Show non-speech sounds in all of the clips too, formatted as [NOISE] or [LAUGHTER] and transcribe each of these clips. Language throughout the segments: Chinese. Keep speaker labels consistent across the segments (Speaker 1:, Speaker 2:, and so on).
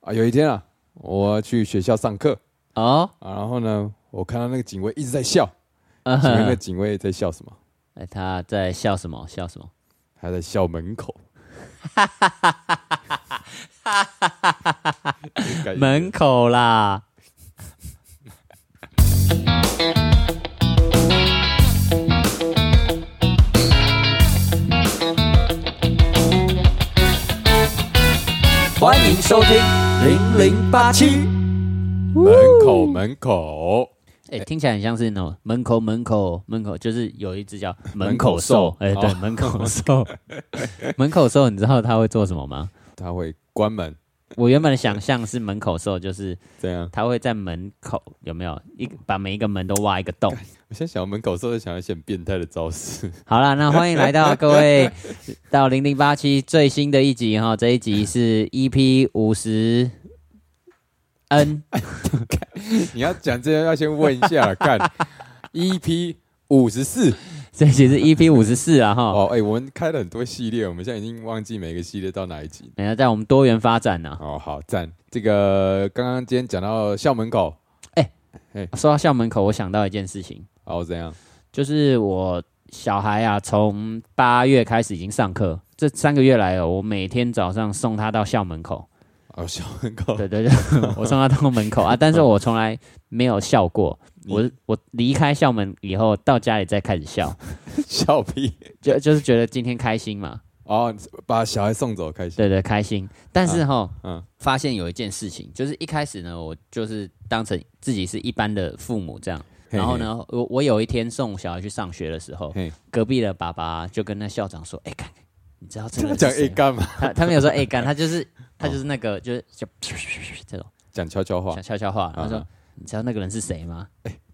Speaker 1: 啊，有一天啊，我去学校上课
Speaker 2: 哦，
Speaker 1: 啊，然后呢，我看到那个警卫一直在 [LAUGHS] 笑，
Speaker 2: 嗯
Speaker 1: 请问那个
Speaker 2: 哼
Speaker 1: 警卫在笑什么？
Speaker 2: 哎他在笑什么？笑什么？
Speaker 1: 他在笑门 [LAUGHS] 口。
Speaker 2: 门口啦。
Speaker 1: 欢迎收听零零八七门口门口
Speaker 2: 哎、听起来很像是那种门口门口门口，就是有一只叫门口兽。哎、
Speaker 1: 门口兽
Speaker 2: 对，门口兽。门口兽，你知道它会做什么吗？
Speaker 1: 他会关门，
Speaker 2: 我原本的想象是门口兽，就是
Speaker 1: 这样。
Speaker 2: 它会在门口有没有一个把每一个门都挖一个洞。
Speaker 1: 我现在想到门口是不是想到一些很变态的招式？ [LAUGHS]
Speaker 2: 好啦，那欢迎来到各 [LAUGHS] 位到零零八七最新的一集哈，这一集是 EP 五十 N
Speaker 1: 你要讲这些要先问一下啦，看 EP 五十四
Speaker 2: 这一集是 EP 五十四啊哈，
Speaker 1: 哦，哎、我们开了很多系列，我们现在已经忘记每个系列到哪一集。
Speaker 2: 等一哎下在我们多元发展啊呢、
Speaker 1: 哦，好赞！这个刚刚今天讲到校门口
Speaker 2: 说到校门口，我想到一件事情，
Speaker 1: 哦，怎样？
Speaker 2: 就是我小孩啊，从八月开始已经上课，这三个月来哦，我每天早上送他到校门口，
Speaker 1: 哦，校门口，
Speaker 2: 对对 [LAUGHS] 对，我送他到门口啊，但是我从来没有笑过，
Speaker 1: 你
Speaker 2: 我我离开校门以后到家里再开始笑。
Speaker 1: [LAUGHS] 笑屁
Speaker 2: 就就是觉得今天开心嘛，
Speaker 1: 哦，把小孩送走开心。
Speaker 2: 对对，开心。但是哈、
Speaker 1: 嗯嗯
Speaker 2: 发现有一件事情，就是一开始呢，我就是当成自己是一般的父母这样。
Speaker 1: 嘿
Speaker 2: 然后呢，我我有一天送小孩去上学的时候
Speaker 1: 嘿，
Speaker 2: 隔壁的爸爸就跟那校长说：“哎、干，你知道这
Speaker 1: 这
Speaker 2: 个
Speaker 1: 个 [LAUGHS]
Speaker 2: 是
Speaker 1: 讲 A
Speaker 2: 谁吗
Speaker 1: 干嘛？哦
Speaker 2: 他他没有说哎干，他
Speaker 1: [LAUGHS]
Speaker 2: 就是他就是那个、就是就这种
Speaker 1: 讲悄悄话
Speaker 2: 悄，悄悄话。他说：“
Speaker 1: 嗯
Speaker 2: 你知道那个人是谁吗？”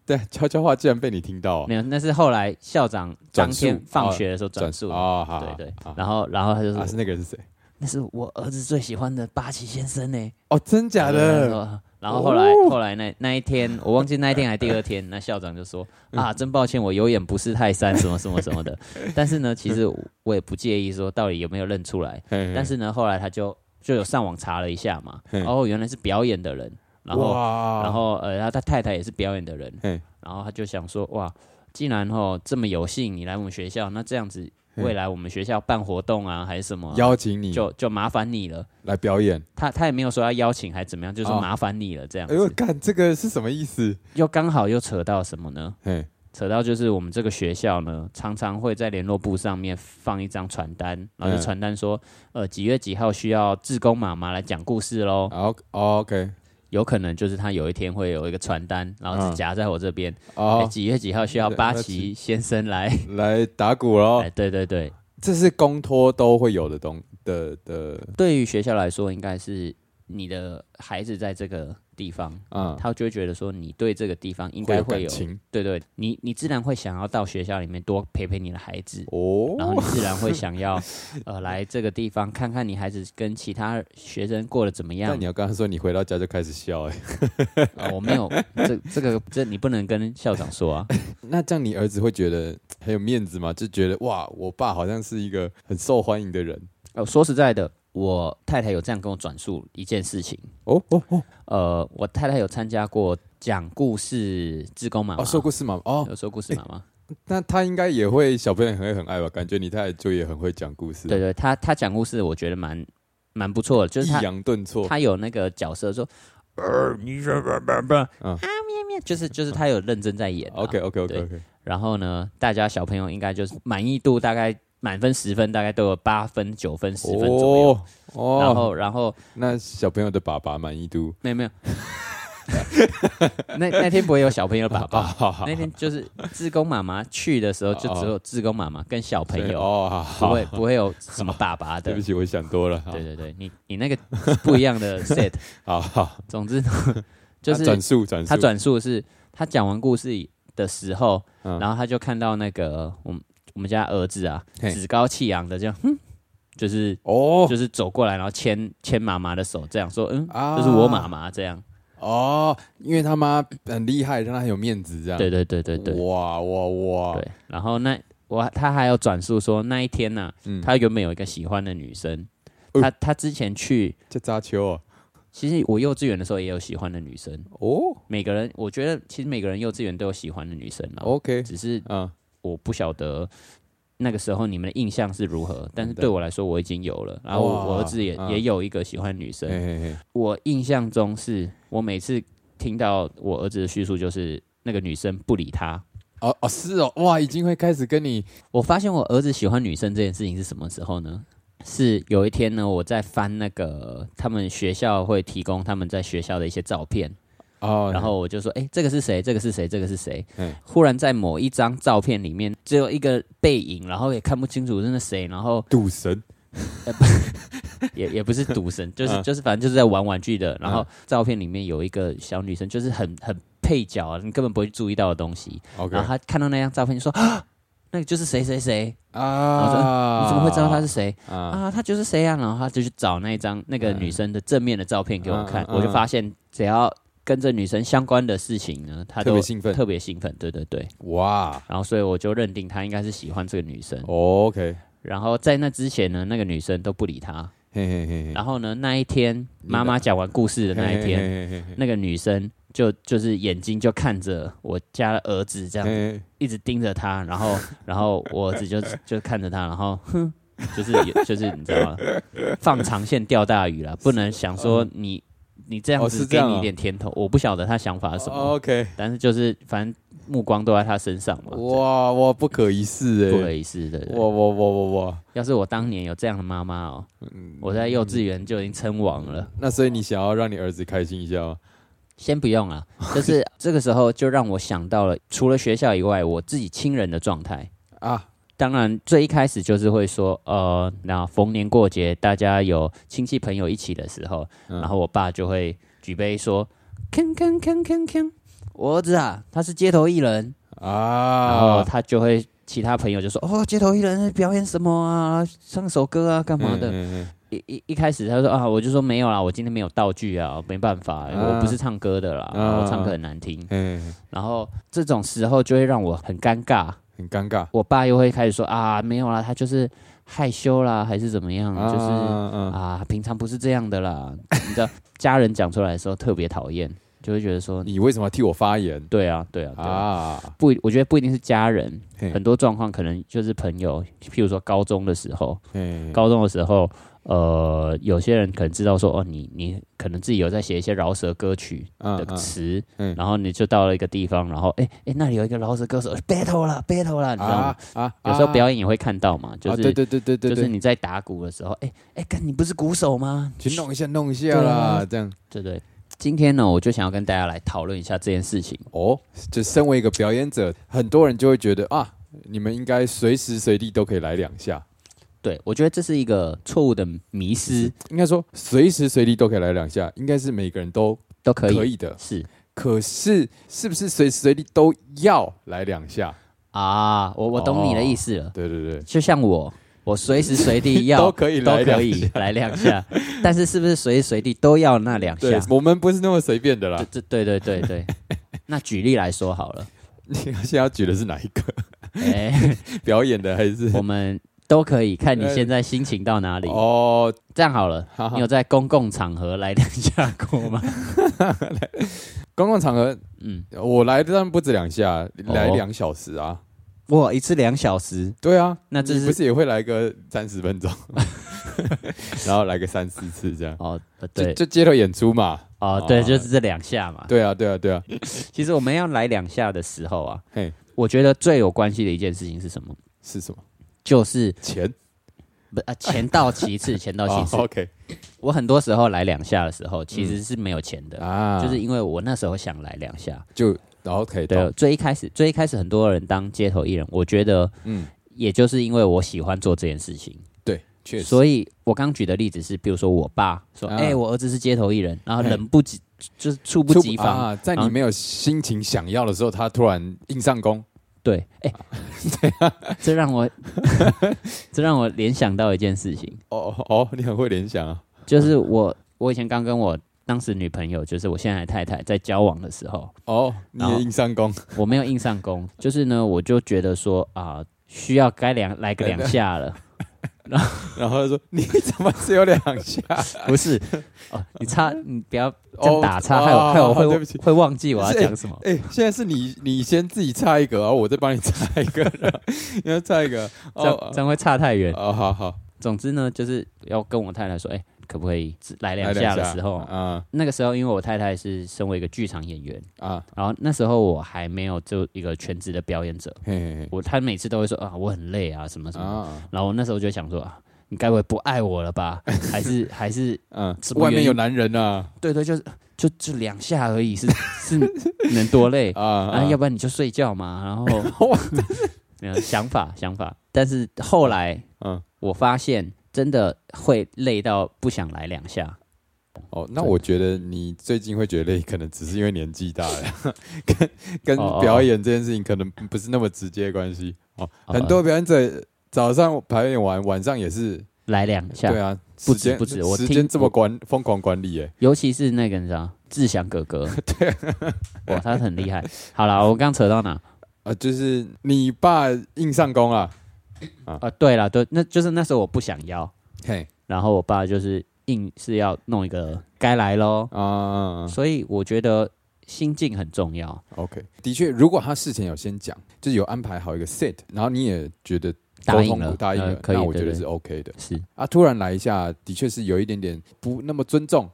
Speaker 1: 对，悄悄话竟然被你听到、哦，
Speaker 2: 没有，那是后来校长当
Speaker 1: 转述
Speaker 2: 天放学的时候转述的。
Speaker 1: 哦，好，
Speaker 2: 对对
Speaker 1: 好，
Speaker 2: 然后然后他就说
Speaker 1: 啊，：“是那个人是谁？
Speaker 2: 那是我儿子最喜欢的八旗先生呢。
Speaker 1: 哦，真假
Speaker 2: 然
Speaker 1: 的？哦
Speaker 2: 后然后后来、后来那那一天，我忘记那一天还第二天，那校长就
Speaker 1: [LAUGHS]
Speaker 2: 说啊，真抱歉，我有眼不识泰山，什么什么什么的。 [LAUGHS] 但是呢，其实我也不介意说到底有没有认出来。但
Speaker 1: 但
Speaker 2: 是呢，后来他就就有上网查了一下嘛，
Speaker 1: 嗯
Speaker 2: 哦，原来是表演的人，然后
Speaker 1: 哇嗯
Speaker 2: 然后呃，他他太太也是表演的人，
Speaker 1: 嘿
Speaker 2: 然后他就想说哇，既然哦这么有幸你来我们学校，那这样子
Speaker 1: 嗯
Speaker 2: 未来我们学校办活动啊还是什么啊、
Speaker 1: 邀请你
Speaker 2: 就就麻烦你了。
Speaker 1: 来表演，
Speaker 2: 他他也没有说要邀请还怎么样，就是
Speaker 1: 哦
Speaker 2: 麻烦你了这样
Speaker 1: 哎呦，
Speaker 2: 子。
Speaker 1: 干这个是什么意思？
Speaker 2: 又刚好又扯到什么呢？
Speaker 1: 嘿，
Speaker 2: 扯到就是我们这个学校呢，常常会在联络簿上面放一张传单，然后就
Speaker 1: 嗯
Speaker 2: 传单说，呃，几月几号需要志工妈妈来讲故事喽。
Speaker 1: 好，OK，哦
Speaker 2: 有可能就是他有一天会有一个传单，然后是
Speaker 1: 嗯
Speaker 2: 夹在我这边，哎
Speaker 1: 哦，
Speaker 2: 几月几号需要
Speaker 1: 对
Speaker 2: 八
Speaker 1: 那哦
Speaker 2: 旗先生来。
Speaker 1: 来打鼓喽
Speaker 2: 哎，，对对对，
Speaker 1: 这是公托都会有的东的的，
Speaker 2: 对于学校来说，应该是你的孩子在这个地方，
Speaker 1: 嗯，
Speaker 2: 他就会觉得说你对这个地方应
Speaker 1: 会
Speaker 2: 该
Speaker 1: 有
Speaker 2: 会
Speaker 1: 感
Speaker 2: 有
Speaker 1: 情
Speaker 2: 对对，你你自然会想要到学校里面多陪陪你的孩子，然后
Speaker 1: 哦，
Speaker 2: 你自然会想要 [LAUGHS] 呃来这个地方看看你孩子跟其他学生过得怎么样
Speaker 1: 但你。要跟他说你回到家就开始笑，哎，
Speaker 2: 呃我没有这这个这你不能跟校长说啊， [LAUGHS]
Speaker 1: 那这样你儿子会觉得很有面子吗？就觉得哇，我爸好像是一个很受欢迎的人
Speaker 2: 呃，说实在的，我太太有这样跟我转述一件事情，
Speaker 1: 哦哦哦
Speaker 2: 呃，我太太有参加过讲故事志工妈妈，
Speaker 1: 哦，说故事嘛哦，
Speaker 2: 有说故事妈妈，
Speaker 1: 那他应该也会小朋友很会很爱吧？感觉你太太就也很会讲故事，
Speaker 2: 对，对，她她讲故事我觉得蛮蛮不错的，就是
Speaker 1: 抑
Speaker 2: 她
Speaker 1: 扬顿挫，
Speaker 2: 他有那个角色说，呃，你说不不不，
Speaker 1: 嗯
Speaker 2: 啊咩咩，就是就是他有认真在演、
Speaker 1: OK。OK OK
Speaker 2: 对
Speaker 1: OK，
Speaker 2: 然后呢，大家小朋友应该就是满意度大概满分十分，大概都有八分、九分、十分左右。
Speaker 1: 哦
Speaker 2: 然
Speaker 1: 哦，
Speaker 2: 后然后
Speaker 1: 那小朋友的爸爸满意度
Speaker 2: 没有 [LAUGHS] 没有，那那天不会有小朋友爸
Speaker 1: 啊，
Speaker 2: 爸。
Speaker 1: 好好
Speaker 2: 那天就是志工妈妈去的时候，就只有志工妈妈跟小朋友，
Speaker 1: 哦，好
Speaker 2: 不
Speaker 1: 好，
Speaker 2: 会不会有什么爸爸
Speaker 1: 对
Speaker 2: 的
Speaker 1: 不。起，我想多了，好
Speaker 2: 对对对，你你那个不一样的 set， [LAUGHS]
Speaker 1: 好好，
Speaker 2: 总之呢就是
Speaker 1: 啊转述转述，
Speaker 2: 他转述是，他讲完故事的时候，
Speaker 1: 嗯
Speaker 2: 然后他就看到那个我们我们家儿子啊，
Speaker 1: 嘿
Speaker 2: 趾高气扬的这样，哼，就是、
Speaker 1: 哦
Speaker 2: 就是走过来，然后牵牵妈妈的手，这样说，嗯，
Speaker 1: 啊
Speaker 2: 这是我妈妈这样。
Speaker 1: 哦，因为他妈很厉害，让他很有面子，这样
Speaker 2: 对对对对对
Speaker 1: 哇哇啊哇，
Speaker 2: 对。然后那我他还有转述说，那一天呢、
Speaker 1: 嗯呃
Speaker 2: 他原本有一个喜欢的女生，他他之前去，
Speaker 1: 这扎秋啊，
Speaker 2: 其实我幼稚园的时候也有喜欢的女生，
Speaker 1: 哦
Speaker 2: 每个人我觉得其实每个人幼稚园都有喜欢的女生啦，
Speaker 1: ，OK，
Speaker 2: 只是
Speaker 1: 啊，
Speaker 2: 我不晓得那个时候你们的印象是如何，但是嗯对我嗯来说我已经有了，然后
Speaker 1: 哇
Speaker 2: 我儿子也、
Speaker 1: 啊
Speaker 2: 也有一个喜欢女生，
Speaker 1: 嘿嘿嘿，
Speaker 2: 我印象中是我每次听到我儿子的叙述就是那个女生不理他。
Speaker 1: 哦哦是哦，哇，已经会开始跟你
Speaker 2: 我发现我儿子喜欢女生这件事情是什么时候呢？是有一天呢，我在翻那个他们学校会提供他们在学校的一些照片，
Speaker 1: 哦，
Speaker 2: 然后我就说，哎、这个是谁？这个是谁？这个是谁
Speaker 1: 嗯？
Speaker 2: 忽然在某一张照片里面只有一个背影，然后也看不清楚是那谁，然后
Speaker 1: 赌神，
Speaker 2: 也也不是
Speaker 1: [LAUGHS]
Speaker 2: 赌神，就是
Speaker 1: 嗯
Speaker 2: 就是反正就是在玩玩具的。然后照片里面有一个小女生，就是很很配角啊，你根本不会注意到的东西。
Speaker 1: OK
Speaker 2: 然后她看到那张照片就说，啊那个就是谁谁谁，然后说
Speaker 1: 啊
Speaker 2: 你怎么会知道她是谁？
Speaker 1: 啊？嗯
Speaker 2: 啊，她就是谁啊？然后她就去找那一张那个女生的正面的照片给我
Speaker 1: 嗯
Speaker 2: 看，
Speaker 1: 嗯嗯
Speaker 2: 我就发现只要跟这女生相关的事情呢，她
Speaker 1: 特
Speaker 2: 都
Speaker 1: 别兴奋，
Speaker 2: 特别兴奋，对对对。
Speaker 1: 哇
Speaker 2: 然后所以我就认定她应该是喜欢这个女生。
Speaker 1: ，OK，
Speaker 2: 然后在那之前呢，那个女生都不理她。
Speaker 1: 嘿嘿嘿嘿，
Speaker 2: 然后呢，那一天妈妈讲完故事的那一啊天，
Speaker 1: 嘿嘿嘿嘿
Speaker 2: 那个女生就就是眼睛就看着我家的儿子这样，
Speaker 1: 嘿嘿
Speaker 2: 一直盯着他，
Speaker 1: [LAUGHS]
Speaker 2: 然后然后我儿子就就看着他，然后 [LAUGHS] 哼，就是有就是你知道吗？放长线钓大鱼了，不能想说你你这样
Speaker 1: 哦
Speaker 2: 子
Speaker 1: 是这
Speaker 2: 给
Speaker 1: 样
Speaker 2: 你一
Speaker 1: 哦
Speaker 2: 点甜头，我不晓得他想法是什么，
Speaker 1: ，OK，
Speaker 2: 但是就是反正目光都在他身上嘛，
Speaker 1: 哇哇，不可一世
Speaker 2: 不可
Speaker 1: 哎，
Speaker 2: 一世的。对
Speaker 1: 哇哇哇哇哇，
Speaker 2: 要是我当年有这样的妈妈哦，
Speaker 1: 嗯
Speaker 2: 我在幼稚园就已经称王了。
Speaker 1: 那所以你想要让你儿子开心一下吗？
Speaker 2: 先不
Speaker 1: [LAUGHS]
Speaker 2: 用了，就是这个时候就让我想到了，除了学校以外，我自己亲人的状态。
Speaker 1: 啊，
Speaker 2: 当然，最一开始就是会说，呃，那逢年过节大家有亲戚朋友一起的时候，
Speaker 1: 嗯
Speaker 2: 然后我爸就会举杯说，铿铿铿铿铿，我儿子啊，他是街头艺人，然后
Speaker 1: 啊，
Speaker 2: 他就会其他朋友就说，哦，街头艺人表演什么啊，唱首歌啊，干嘛的？
Speaker 1: 嗯，嗯嗯
Speaker 2: 一一一开始他说啊，我就说没有啦，我今天没有道具啊，没办法，
Speaker 1: 啊
Speaker 2: 我不是唱歌的啦，
Speaker 1: 啊
Speaker 2: 我唱歌很难听。
Speaker 1: 嗯嗯嗯
Speaker 2: 然后这种时候就会让我很尴尬，
Speaker 1: 很尴尬，
Speaker 2: 我爸又会开始说啊，没有啦，他就是害羞啦，还是怎么样，
Speaker 1: 啊
Speaker 2: 就是
Speaker 1: 嗯嗯
Speaker 2: 啊，平常不是这样的啦。 [LAUGHS] 你知道，家人讲出来的时候特别讨厌，就会觉得说，
Speaker 1: 你为什么要替我发言
Speaker 2: 对啊，对啊，对啊。
Speaker 1: 啊？
Speaker 2: 不，我觉得不一定是家人，
Speaker 1: 嘿
Speaker 2: 很多状况可能就是朋友。譬如说高中的时候，
Speaker 1: 嘿
Speaker 2: 高中的时候，呃，有些人可能知道说，哦，你你可能自己有在写一些饶舌歌曲
Speaker 1: 嗯
Speaker 2: 的
Speaker 1: 嗯
Speaker 2: 词，
Speaker 1: 嗯
Speaker 2: 然后你就到了一个地方，然后哎哎、诶那里有一个饶舌歌手呃 battle 了 battle 了，你知道吗？
Speaker 1: 啊
Speaker 2: 有时候表演也会看到嘛，就
Speaker 1: 啊
Speaker 2: 是、
Speaker 1: 对对对对对
Speaker 2: 就是
Speaker 1: 对，
Speaker 2: 你在打鼓的时候，哎哎，干、你不是鼓手吗？
Speaker 1: 去弄一下弄一
Speaker 2: 对
Speaker 1: 下
Speaker 2: 啊
Speaker 1: 啦，这样
Speaker 2: 对对。今天呢，我就想要跟大家来讨论一下这件事情。
Speaker 1: 哦，就身为一个表演者，很多人就会觉得啊，你们应该随时随地都可以来两下，
Speaker 2: 对我觉得这是一个错误的迷失，
Speaker 1: 应该说随时随地都可以来两下，应该是每个人都
Speaker 2: 都可以，
Speaker 1: 可以的。
Speaker 2: 是
Speaker 1: 可是是不是随时随地都要来两下？
Speaker 2: 啊，我我懂
Speaker 1: 哦
Speaker 2: 你的意思了。
Speaker 1: 对对对，
Speaker 2: 就像我，我随时随地要
Speaker 1: [LAUGHS] 都可以来
Speaker 2: 都可
Speaker 1: 两
Speaker 2: 以来两下，但是是不是随时随地都要那两
Speaker 1: 对
Speaker 2: 下？
Speaker 1: 我们不是那么随便的啦。
Speaker 2: 这对对对对。 [LAUGHS] 那举例来说好了，
Speaker 1: [LAUGHS] 你现在要举的是哪一个？ [LAUGHS]
Speaker 2: 哎、 [LAUGHS]
Speaker 1: 表演的还是？
Speaker 2: 我们都可以看你现在心情到哪里。
Speaker 1: 哦，
Speaker 2: 这样好了，
Speaker 1: 好好
Speaker 2: 你有在公共场合来两下过
Speaker 1: [LAUGHS]
Speaker 2: 吗？
Speaker 1: 公共场合
Speaker 2: 嗯，
Speaker 1: 我来当然不止两下，来两小时啊。
Speaker 2: 哇，一次两小时，
Speaker 1: 对啊，
Speaker 2: 那这
Speaker 1: 你不
Speaker 2: 是
Speaker 1: 是也会来个三十分钟， [LAUGHS] 然后来个三四次这样，
Speaker 2: 哦，呃
Speaker 1: 就
Speaker 2: 对，
Speaker 1: 就街头演出嘛。
Speaker 2: 哦，对，
Speaker 1: 啊
Speaker 2: 就是这两下嘛。
Speaker 1: 对啊，对啊，对啊。
Speaker 2: 其实我们要来两下的时候啊
Speaker 1: 嘿，
Speaker 2: 我觉得最有关系的一件事情是什么？
Speaker 1: 是什么？
Speaker 2: 就是
Speaker 1: 钱？
Speaker 2: 不啊，钱到
Speaker 1: [LAUGHS]
Speaker 2: 其
Speaker 1: 哦
Speaker 2: 次，钱到其次。
Speaker 1: o k
Speaker 2: 我很多时候来两下的时候，其实是没有钱的，
Speaker 1: 嗯啊，
Speaker 2: 就是因为我那时候想来两下。
Speaker 1: 就 OK，
Speaker 2: 对，
Speaker 1: 懂
Speaker 2: 最一开始，最一开始很多人当街头艺人，我觉得，嗯
Speaker 1: 嗯，
Speaker 2: 也就是因为我喜欢做这件事情，
Speaker 1: 对，确实。
Speaker 2: 所以我刚举的例子是，比如说我爸说，哎、
Speaker 1: 啊
Speaker 2: 我儿子是街头
Speaker 1: [LAUGHS]
Speaker 2: 艺人，然后
Speaker 1: 嘿
Speaker 2: 冷不及，就是猝不
Speaker 1: 猝
Speaker 2: 及防，
Speaker 1: 啊！在
Speaker 2: 啊
Speaker 1: 你没有心情想要的时候，他突然硬上弓，
Speaker 2: 对，
Speaker 1: [LAUGHS]
Speaker 2: 哎、
Speaker 1: 啊
Speaker 2: 这让我， [LAUGHS] 这让我联想到一件事情，
Speaker 1: 哦哦，你很会联想啊！
Speaker 2: 就是我，我以前刚跟我当时女朋友，就是我现在的太太，在交往的时候，
Speaker 1: 哦，你
Speaker 2: 然后
Speaker 1: 也硬上弓，
Speaker 2: 我没有
Speaker 1: [LAUGHS]
Speaker 2: 硬上弓，就是呢，我就觉得说啊、需要该两来个两下了。
Speaker 1: 然后 [LAUGHS] 然后他说你怎么只有两下？
Speaker 2: 不是哦，你插你不要这样
Speaker 1: 哦
Speaker 2: 打岔，
Speaker 1: 哦
Speaker 2: 害我害我
Speaker 1: 好
Speaker 2: 会
Speaker 1: 对不起
Speaker 2: 会忘记我要
Speaker 1: 是
Speaker 2: 讲什么。
Speaker 1: [LAUGHS] 哎、现在是你你先自己插一个，然后我再帮你插一个，然后你要插一个。
Speaker 2: [LAUGHS] 这
Speaker 1: 哦
Speaker 2: 样这样会差太远。
Speaker 1: 哦，好好，
Speaker 2: 总之呢，就是要跟我太太说，哎、可不可以只来
Speaker 1: 来
Speaker 2: 两下的时候，
Speaker 1: 啊
Speaker 2: 那个时候因为我太太是身为一个剧场演员，
Speaker 1: 啊，
Speaker 2: 然后那时候我还没有就一个全职的表演者，
Speaker 1: 嘿嘿嘿
Speaker 2: 我她每次都会说啊，我很累啊，什么什么的。
Speaker 1: 啊，
Speaker 2: 然后我那时候就想说啊，你该不会不爱我了吧？还是还是
Speaker 1: 嗯
Speaker 2: 什，么
Speaker 1: 外面
Speaker 2: 原因
Speaker 1: 有男人啊
Speaker 2: 对对，就是就就两下而已，是是能多累
Speaker 1: 啊
Speaker 2: 啊？要
Speaker 1: 啊
Speaker 2: 不然你就睡觉嘛。然
Speaker 1: [LAUGHS]
Speaker 2: 后没有想法想法，但是后来
Speaker 1: 嗯，
Speaker 2: 我发现真的会累到不想来两下。
Speaker 1: 哦，那我觉得你最近会觉得累，可能只是因为年纪大了， [LAUGHS] 跟跟
Speaker 2: 哦哦
Speaker 1: 表演这件事情可能不是那么直接的关系哦。
Speaker 2: 好吧
Speaker 1: 很多表演者早上排演完，晚上也是，
Speaker 2: 来两下，
Speaker 1: 对啊，
Speaker 2: 不
Speaker 1: 时间
Speaker 2: 止不止我
Speaker 1: 时
Speaker 2: 听
Speaker 1: 间这么
Speaker 2: 我
Speaker 1: 管疯狂管理，哎，
Speaker 2: 尤其是那个你知道，志祥哥
Speaker 1: [LAUGHS]
Speaker 2: 哥，哇，他很厉害。好啦，我刚扯到哪？
Speaker 1: 啊，就是你爸硬上弓啊，
Speaker 2: 啊，对了，对，那就是那时候我不想要，
Speaker 1: 嘿
Speaker 2: 然后我爸就是硬是要弄一个该来喽，
Speaker 1: 啊
Speaker 2: 所以我觉得心境很重要。
Speaker 1: ，OK，的确，如果他事前有先讲，就是有安排好一个 set，然后你也觉得
Speaker 2: 答
Speaker 1: 沟
Speaker 2: 应
Speaker 1: 通
Speaker 2: 了，
Speaker 1: 答应
Speaker 2: 呃
Speaker 1: 了，
Speaker 2: 可以，
Speaker 1: 那我
Speaker 2: 对
Speaker 1: 觉得
Speaker 2: 对
Speaker 1: 是 OK 的
Speaker 2: 是
Speaker 1: 啊。突然来一下，的确是有一点点不那么尊重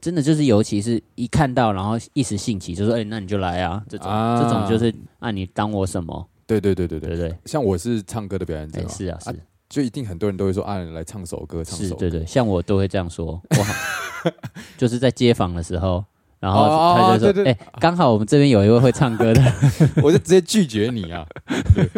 Speaker 2: 真的，就是尤其是一看到，然后一时兴起，就说：“哎、那你就来啊！”这种、
Speaker 1: 啊
Speaker 2: 这种就是啊，你当我什么？
Speaker 1: 对对对对
Speaker 2: 对
Speaker 1: 对，
Speaker 2: 不对？
Speaker 1: 像我是唱歌的表演
Speaker 2: 哎、
Speaker 1: 者嘛，
Speaker 2: 是啊，是
Speaker 1: 就一定很多人都会说啊，来唱首歌，唱
Speaker 2: 是，
Speaker 1: 首
Speaker 2: 对
Speaker 1: 歌。
Speaker 2: 对，像我都会这
Speaker 1: [LAUGHS]
Speaker 2: 样说，我好就是在街访的时候，然后
Speaker 1: 哦
Speaker 2: 他
Speaker 1: 对
Speaker 2: 就说：“
Speaker 1: 对
Speaker 2: 哎、刚好我们这边有一位会唱歌的， [LAUGHS]
Speaker 1: 我就直接拒绝你啊。对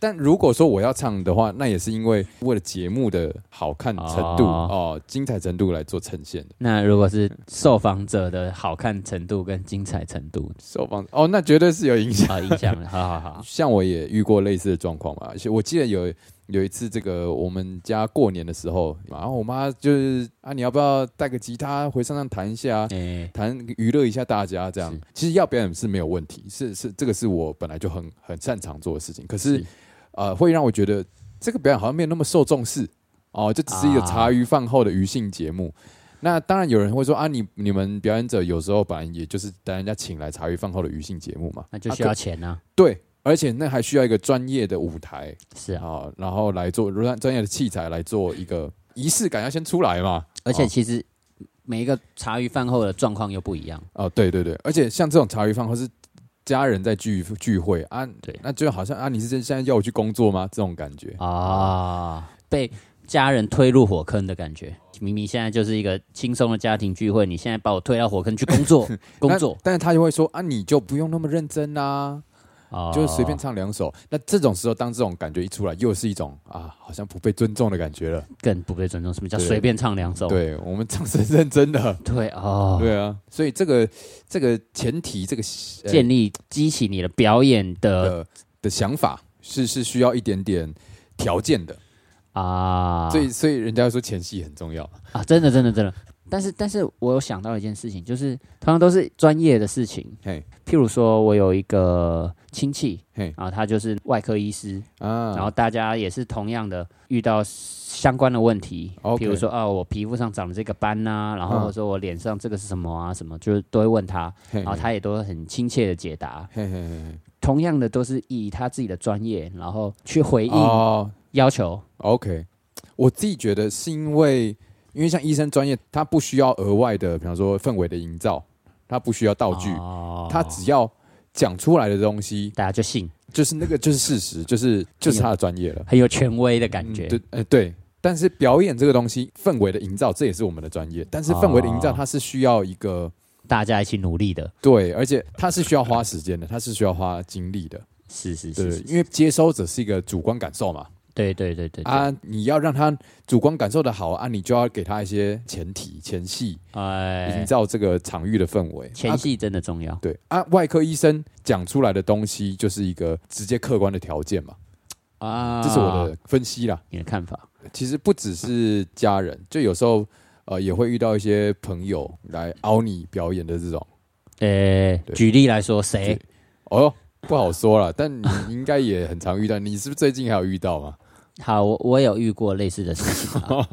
Speaker 1: 但如果说我要唱的话，那也是因为为了节目的好看程度
Speaker 2: 哦
Speaker 1: 哦精彩程度来做呈现的。
Speaker 2: 那如果是受访者的好看程度跟精彩程度
Speaker 1: 受访哦，那绝对是有影响。
Speaker 2: 啊、影
Speaker 1: [LAUGHS]
Speaker 2: 响了，好好好，
Speaker 1: 像我也遇过类似的状况嘛，而且我记得有有一次，这个我们家过年的时候，然后我妈就是啊，你要不要带个吉他回山上弹一下啊，
Speaker 2: 哎、
Speaker 1: 弹娱乐一下大家这样
Speaker 2: 是。
Speaker 1: 其实要表演是没有问题，是是这个是我本来就很很擅长做的事情，可是
Speaker 2: 是
Speaker 1: 呃，会让我觉得这个表演好像没有那么受重视哦，就只是一个
Speaker 2: 啊
Speaker 1: 茶余饭后的娱性节目。那当然有人会说啊，你你们表演者有时候本来也就是把人家请来茶余饭后的娱性节目嘛，
Speaker 2: 那就
Speaker 1: 啊
Speaker 2: 需
Speaker 1: 可
Speaker 2: 要钱啊，
Speaker 1: 对，而且那还需要一个专业的舞台
Speaker 2: 是啊，
Speaker 1: 啊，然后来做专专业的器材来做一个仪式感，要先出来嘛。
Speaker 2: 而且其实每一个茶余饭后的状况又不一样，
Speaker 1: 哦，对对对，而且像这种茶余饭后是家人在聚聚会啊，
Speaker 2: 对
Speaker 1: 那就好像啊，你是真现在要我去工作吗？这种感觉
Speaker 2: 啊，被家人推入火坑的感觉。明明现在就是一个轻松的家庭聚会，你现在把我推到火坑去工作，工作
Speaker 1: [LAUGHS] 那，但是他就会说啊，你就不用那么认真啊，
Speaker 2: 啊
Speaker 1: 就是随便唱两首。那这种时候，当这种感觉一出来，又是一种啊，好像不被尊重的感觉了。
Speaker 2: 更不被尊重。什么叫
Speaker 1: 对
Speaker 2: 随便唱两首？
Speaker 1: 对我们唱是认真的，
Speaker 2: 对哦，
Speaker 1: 对啊，所以这个这个前提，这个呃
Speaker 2: 建立激起你的表演的
Speaker 1: 的的想法是是需要一点点条件的，
Speaker 2: 啊，
Speaker 1: 所以所以人家说前戏很重要。
Speaker 2: 啊，真的真的真的。但是但是我有想到一件事情，就是通常都是专业的事情，
Speaker 1: 嘿
Speaker 2: 譬如说我有一个亲戚，
Speaker 1: 嘿
Speaker 2: 啊，他就是外科医师，
Speaker 1: 啊，
Speaker 2: 然后大家也是同样的遇到相关的问题，
Speaker 1: OK
Speaker 2: 比如说啊，我皮肤上长了这个斑呐、然后
Speaker 1: 嗯
Speaker 2: 或者说我脸上这个是什么啊，什么就是都会问他，
Speaker 1: 嘿
Speaker 2: 然后他也都会很亲切的解答。
Speaker 1: 嘿嘿嘿嘿
Speaker 2: 同样的都是以他自己的专业，然后去回应
Speaker 1: 哦
Speaker 2: 要求。
Speaker 1: ，OK，我自己觉得是因为，因为像医生专业，他不需要额外的，比方说氛围的营造，他不需要道具，
Speaker 2: 哦
Speaker 1: 他只要讲出来的东西，
Speaker 2: 大家就信，
Speaker 1: 就是那个就是事实，
Speaker 2: [LAUGHS]
Speaker 1: 就是就是他的专业了。
Speaker 2: 很有权威的感
Speaker 1: 嗯
Speaker 2: 觉。
Speaker 1: 对，呃，对。但是表演这个东西，氛围的营造，这也是我们的专业。但是氛围的营造，
Speaker 2: 哦
Speaker 1: 它是需要一个
Speaker 2: 大家一起努力的，
Speaker 1: 对，而且它是需要花时间的，它是需要花精力的。
Speaker 2: 是是
Speaker 1: 对
Speaker 2: 是，是，
Speaker 1: 因为接收者是一个主观感受嘛，
Speaker 2: 对对对对对
Speaker 1: 啊，你要让他主观感受的好啊，你就要给他一些前提、前戏，营
Speaker 2: 哎，
Speaker 1: 造这个场域的氛围。
Speaker 2: 前
Speaker 1: 啊
Speaker 2: 戏真的重要
Speaker 1: 对啊，外科医生讲出来的东西就是一个直接客观的条件嘛，
Speaker 2: 啊
Speaker 1: 这是我的分析啦。
Speaker 2: 你的看法
Speaker 1: 其实不只是家人，就有时候呃也会遇到一些朋友来凹你表演的这种，
Speaker 2: 呃，
Speaker 1: 对
Speaker 2: 举例来说，谁
Speaker 1: 对 [LAUGHS] 哦，不好说了。但你应该也很常遇到，你是不是最近还有遇到吗？
Speaker 2: 好，我我有遇过类似的事
Speaker 1: [LAUGHS]
Speaker 2: 情啊。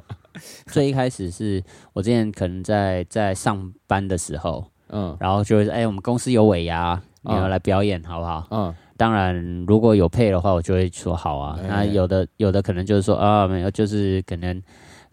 Speaker 2: 最一开始是我之前可能在在上班的时候，
Speaker 1: 嗯
Speaker 2: 然后就会说哎、我们公司有尾牙，你
Speaker 1: 啊
Speaker 2: 要来表演好不好？
Speaker 1: 嗯
Speaker 2: 当然，如果有配的话，我就会说好啊。
Speaker 1: 哎
Speaker 2: 那有的有的可能就是说啊，没有，就是可能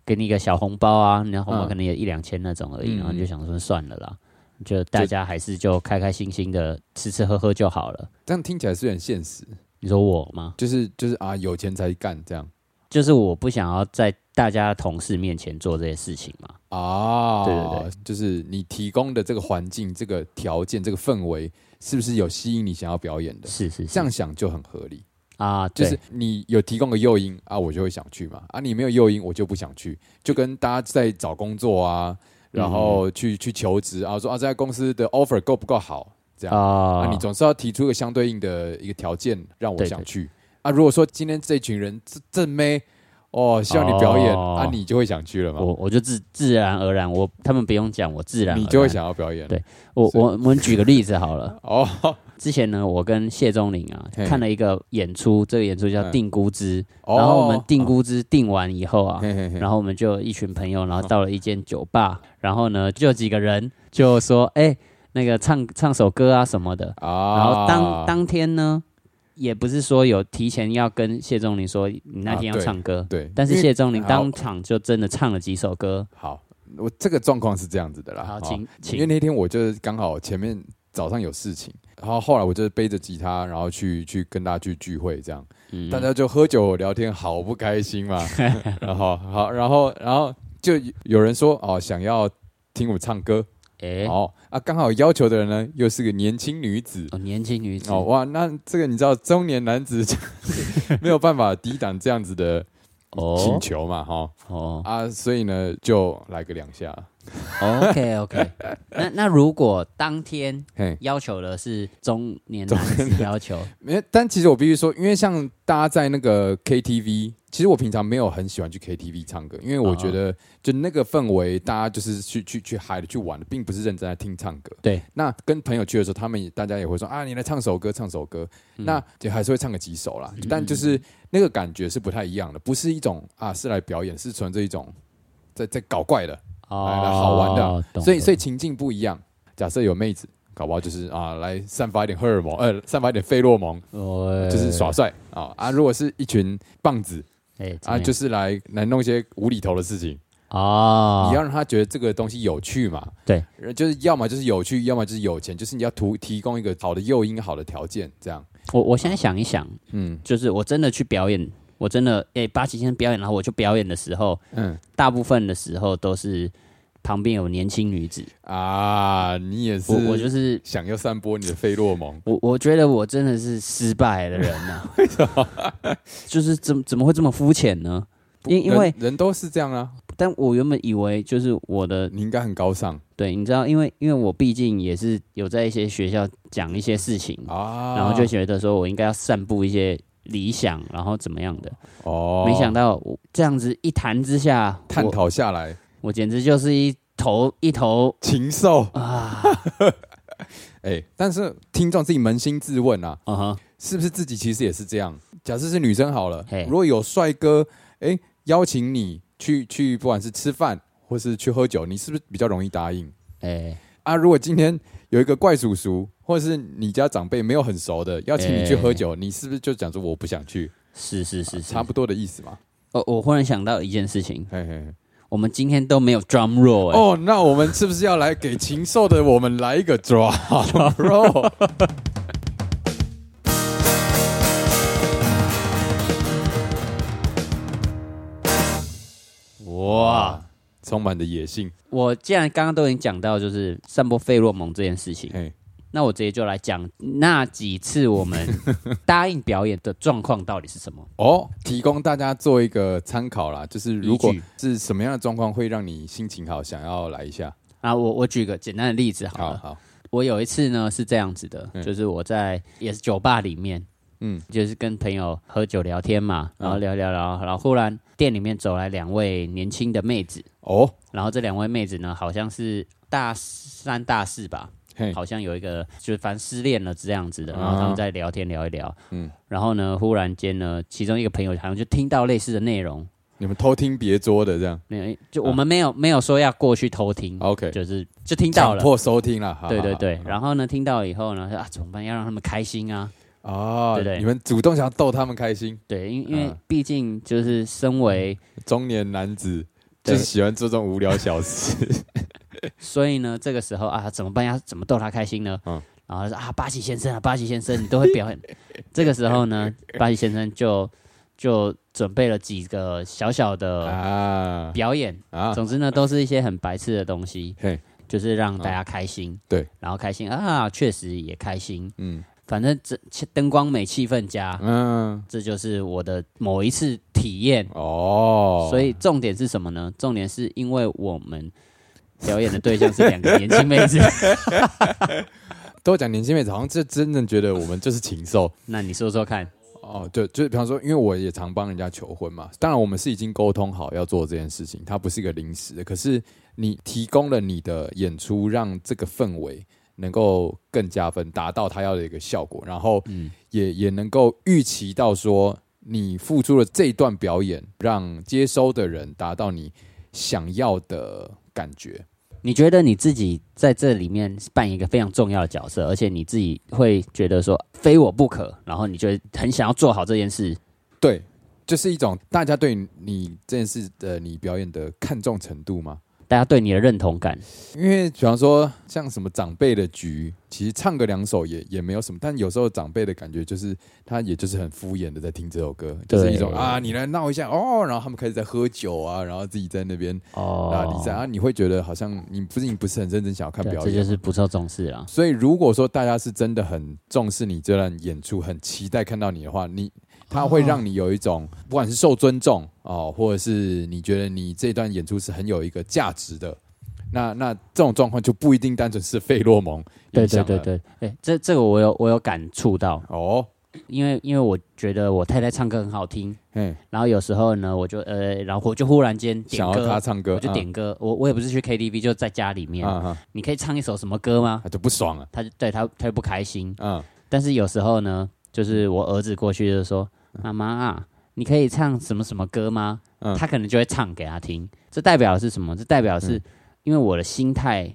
Speaker 2: 给你一个小红包啊，然后红包
Speaker 1: 嗯
Speaker 2: 可能也一两千那种而
Speaker 1: 嗯
Speaker 2: 已，然后你就想说算了啦，就大家还是就开开心心的吃吃喝喝就好了。
Speaker 1: 这样听起来是很现实，
Speaker 2: 你说我吗？
Speaker 1: 就是就是啊，有钱才干这样
Speaker 2: 就是我不想要在大家同事面前做这些事情嘛。
Speaker 1: 啊，
Speaker 2: 对对
Speaker 1: 对，就是你提供的这个环境、这个条件、这个氛围，是不是有吸引你想要表演的？
Speaker 2: 是是是，
Speaker 1: 这样想就很合理，
Speaker 2: 啊，
Speaker 1: 就
Speaker 2: 对
Speaker 1: 是你有提供个诱因啊，我就会想去嘛，啊，你没有诱因，我就不想去，就跟大家在找工作啊，
Speaker 2: 嗯
Speaker 1: 然后去、去求职啊，说啊，这家公司的 offer 够不够好，这样
Speaker 2: 啊
Speaker 1: 啊，你总是要提出一个相对应的一个条件，让我
Speaker 2: 对
Speaker 1: 想
Speaker 2: 对
Speaker 1: 去啊。如果说今天这群人这正妹哦，希望你表演、
Speaker 2: 哦
Speaker 1: 啊，你就会想去了嘛，
Speaker 2: 我我就自自然而然，我他们不用讲，我自然而然
Speaker 1: 你就会。想要表演。
Speaker 2: 对我我我们举个例子好了， [LAUGHS]
Speaker 1: 哦
Speaker 2: 之前呢，我跟谢钟林啊
Speaker 1: 嘿
Speaker 2: 看了一个演出，这个演出叫
Speaker 1: 嗯
Speaker 2: 《定估值》，
Speaker 1: 哦，
Speaker 2: 然后我们定估值定完以后
Speaker 1: 哦，
Speaker 2: 啊，
Speaker 1: 嘿嘿嗯嘿，
Speaker 2: 然后我们就有一群朋友，然后到了一间酒吧，然后呢，就有几个人就说，哎，那个唱唱首歌啊什么的，
Speaker 1: 啊，
Speaker 2: 然后当当天呢，也不是说有提前要跟谢钟林说你那
Speaker 1: 啊
Speaker 2: 天要
Speaker 1: 对
Speaker 2: 唱歌，
Speaker 1: 对，
Speaker 2: 但是
Speaker 1: 因为
Speaker 2: 谢钟林
Speaker 1: 好
Speaker 2: 当场就真的唱了几首歌。
Speaker 1: 好，我这个状况是这样子的啦，
Speaker 2: 好，
Speaker 1: 哦
Speaker 2: 请
Speaker 1: 因为
Speaker 2: 请
Speaker 1: 那天我就是刚好前面早上有事情，然后后来我就是背着吉他，然后去去跟大家去聚会这样。
Speaker 2: 嗯
Speaker 1: 大家就喝酒聊天，好不开心
Speaker 2: [LAUGHS]
Speaker 1: 嘛。然后好，然后然后就有人说哦，想要听我唱歌，
Speaker 2: 哎，
Speaker 1: 哦啊，刚好要求的人呢又是个年轻女子。
Speaker 2: 哦，年轻女子
Speaker 1: 哦哇，那这个你知道，中年男子 [LAUGHS] 没有办法抵挡这样子的请
Speaker 2: 哦
Speaker 1: 求嘛，哈、
Speaker 2: 哦
Speaker 1: 啊，所以呢就来个两下，
Speaker 2: ，OK
Speaker 1: [LAUGHS]
Speaker 2: OK，那那如果当天
Speaker 1: 嘿，
Speaker 2: 要求的是中年男子
Speaker 1: [LAUGHS]
Speaker 2: 要求，
Speaker 1: 没有，但其实我必须说，因为像大家在那个 KTV，其实我平常没有很喜欢去 KTV 唱歌，因为我
Speaker 2: 嗯
Speaker 1: 觉得就那个氛围，大家就是去去去嗨的去玩的，并不是认真在听唱歌。
Speaker 2: 对，
Speaker 1: 那跟朋友去的时候，他们也大家也会说啊，你来唱首歌，唱首歌，
Speaker 2: 嗯
Speaker 1: 那就还是会唱个几首啦，但就是那个感觉是不太一样的，不是一种啊是来表演，是纯这一种在在搞怪的，来来好玩的啊
Speaker 2: 的
Speaker 1: 所以所
Speaker 2: 以
Speaker 1: 以情境不一样。假设有妹子，搞不好就是啊来散发一点荷尔蒙，呃，散发一点费洛蒙。
Speaker 2: 我
Speaker 1: 就是耍帅啊啊！如果是一群棒子
Speaker 2: 哎
Speaker 1: 啊，就是是来来弄一些无厘头的事情，
Speaker 2: 哦
Speaker 1: 你要让他觉得这个东西有趣嘛。呃
Speaker 2: 对，
Speaker 1: 就是要么就是有趣，要么就是有钱，就是你要图提供一个好的诱因、好的条件，这样。
Speaker 2: 我我现在想一想，
Speaker 1: 嗯
Speaker 2: 就是我真的去表演，我真的哎八旗先表演，然后我去表演的时候，
Speaker 1: 嗯
Speaker 2: 大部分的时候都是旁边有年轻女子，
Speaker 1: 啊，你也是，
Speaker 2: 我我就是
Speaker 1: 想要散播你的费洛蒙。
Speaker 2: 我我觉得我真的是失败的人呐、
Speaker 1: [LAUGHS]
Speaker 2: 为什么？就是怎么怎么会这么肤浅呢？因因为
Speaker 1: 人人都是这样啊，
Speaker 2: 但我原本以为就是我的
Speaker 1: 你应该很高尚
Speaker 2: 对，你知道，因为因为我毕竟也是有在一些学校讲一些事情，
Speaker 1: 啊。
Speaker 2: 嗯然后就觉得说我应该要散布一些理想，然后怎么样的。
Speaker 1: 哦，
Speaker 2: 没想到我这样子一谈之下，
Speaker 1: 探
Speaker 2: 我
Speaker 1: 讨下来，
Speaker 2: 我简直就是一头一头
Speaker 1: 禽兽
Speaker 2: 啊！
Speaker 1: 哎，但是听众自己扪心自问啊，
Speaker 2: 嗯哼，
Speaker 1: 是不是自己其实也是这样？假设是女生好了
Speaker 2: 嘿，
Speaker 1: 如果有帅哥，哎、邀请你去去，不管是吃饭或是去喝酒，你是不是比较容易答应
Speaker 2: 哎
Speaker 1: 啊？如果今天有一个怪叔叔，或者是你家长辈没有很熟的，邀请你去喝酒，你是不是就讲说我不想去？
Speaker 2: 是是是是
Speaker 1: 差，不多的意思嘛。
Speaker 2: 哦，我忽然想到一件事情，
Speaker 1: 嘿嘿嘿。
Speaker 2: 我们今天都没有 drum roll 哎、
Speaker 1: 哦，那我们是不是要来给禽兽的我们来一个
Speaker 2: [LAUGHS]
Speaker 1: draw [LAUGHS] roll？
Speaker 2: 哇！
Speaker 1: 充满的野性。
Speaker 2: 我既然刚刚都已经讲到就是散播费洛蒙这件事情，
Speaker 1: 嘿，
Speaker 2: 那我直接就来讲那几次我们
Speaker 1: [LAUGHS]
Speaker 2: 答应表演的状况到底是什么。
Speaker 1: 哦，提供大家做一个参考啦，就是如果
Speaker 2: 依据
Speaker 1: 是什么样的状况会让你心情好，想要来一下？
Speaker 2: 啊，我我举个简单的例子好
Speaker 1: 好
Speaker 2: 了。
Speaker 1: 好，
Speaker 2: 我有一次呢是这样子的，
Speaker 1: 嗯
Speaker 2: 就是我在也是酒吧里面，
Speaker 1: 嗯
Speaker 2: 就是跟朋友喝酒聊天嘛，
Speaker 1: 嗯
Speaker 2: 然后聊聊聊，然后忽然店里面走来两位年轻的妹子，
Speaker 1: 哦，
Speaker 2: 然后这两位妹子呢好像是大三大四吧，
Speaker 1: 嘿
Speaker 2: 好像有一个就是反正失恋了这样子的，
Speaker 1: 啊
Speaker 2: 然后他们在聊天聊一聊，
Speaker 1: 嗯
Speaker 2: 嗯，然后呢，忽然间呢，其中一个朋友好像就听到类似的内容，
Speaker 1: 你们偷听别桌的这样
Speaker 2: 没有，就我们没有、没有说要过去偷听，
Speaker 1: ，OK，
Speaker 2: 就是就听到
Speaker 1: 啊哦强
Speaker 2: 了。
Speaker 1: 迫啊收听了，好
Speaker 2: 对对
Speaker 1: 好
Speaker 2: 对，
Speaker 1: 好
Speaker 2: 然后呢，听到以后呢，说啊，怎么办？要让他们开心啊！
Speaker 1: 哦，
Speaker 2: 对对
Speaker 1: 你们主动想要逗他们开心，
Speaker 2: 对，因因为
Speaker 1: 嗯
Speaker 2: 毕竟就是身为
Speaker 1: 中年男子就
Speaker 2: 对
Speaker 1: 是喜欢做这种无聊小事，
Speaker 2: [LAUGHS] 所以呢，这个时候啊，怎么办？要怎么逗他开心呢？
Speaker 1: 嗯
Speaker 2: 然后他说啊，巴西先生啊，巴西先生，你都会表演。 [LAUGHS] 这个时候呢，巴西先生就就准备了几个小小的
Speaker 1: 啊
Speaker 2: 表演，
Speaker 1: 啊，
Speaker 2: 总之呢，都是一些很白痴的东西
Speaker 1: 嘿，
Speaker 2: 就是让大家开心。
Speaker 1: 对，
Speaker 2: 然后开心啊，确实也开心，
Speaker 1: 嗯
Speaker 2: 反正这灯光美，气氛佳，
Speaker 1: 嗯，
Speaker 2: 这就是我的某一次体验。
Speaker 1: 哦，
Speaker 2: 所以重点是什么呢？重点是因为我们表演的对象是两个年轻妹子。
Speaker 1: 都讲年轻妹子，好像这真的觉得我们就是禽兽
Speaker 2: 那你说说看，
Speaker 1: 哦。对，就是比方说，因为我也常帮人家求婚嘛，当然我们是已经沟通好要做这件事情，它不是一个临时的。可是你提供了你的演出，让这个氛围能够更加分，达到他要的一个效果，然后
Speaker 2: 嗯，
Speaker 1: 也也能够预期到说，你付出了这一段表演，让接收的人达到你想要的感觉。
Speaker 2: 你觉得你自己在这里面扮演一个非常重要的角色，而且你自己会觉得说非我不可，然后你就会很想要做好这件事。
Speaker 1: 对，就是一种大家对你这件事的你表演的看重程度嘛。
Speaker 2: 大家对你的认同感，
Speaker 1: 因为比方说像什么长辈的局，其实唱个两首也也没有什么，但有时候长辈的感觉就是他也就是很敷衍的在听这首歌，就是
Speaker 2: 对
Speaker 1: 一种啊你来闹一下哦，然后他们开始在喝酒啊，然后自己在那边
Speaker 2: 哦
Speaker 1: 啊你在啊你会觉得好像你不是你不是很认真想要看
Speaker 2: 对
Speaker 1: 表
Speaker 2: 这就
Speaker 1: 演。
Speaker 2: 是不受重视啊了。
Speaker 1: 所以，如果说大家是真的很重视你这段演出，很期待看到你的话，你它会
Speaker 2: 哦
Speaker 1: 让你有一种，不管是受尊重哦，或者是你觉得你这段演出是很有一个价值的，那那这种状况就不一定单纯是费洛蒙
Speaker 2: 对
Speaker 1: 影
Speaker 2: 对
Speaker 1: 响
Speaker 2: 对
Speaker 1: 了
Speaker 2: 对，哎、这这个我有我有感触到，
Speaker 1: 哦，
Speaker 2: 因为因为我觉得我太太唱歌很好听，
Speaker 1: 嘿，
Speaker 2: 然后有时候呢，我就呃，然后我就忽然间点
Speaker 1: 想要
Speaker 2: 歌
Speaker 1: 他，唱歌，
Speaker 2: 我就
Speaker 1: 啊
Speaker 2: 点歌，我我也不是去 KTV，就在家里面，
Speaker 1: 啊啊，
Speaker 2: 你可以唱一首什么歌吗？
Speaker 1: 他就不爽啊了，
Speaker 2: 他就对他他就不开心，
Speaker 1: 嗯，
Speaker 2: 但是有时候呢，就是我儿子过去就说：“妈妈啊，你可以唱什么什么歌吗？”
Speaker 1: 嗯
Speaker 2: 他可能就会唱给他听。这代表的是什么？这代表的是因为我的心态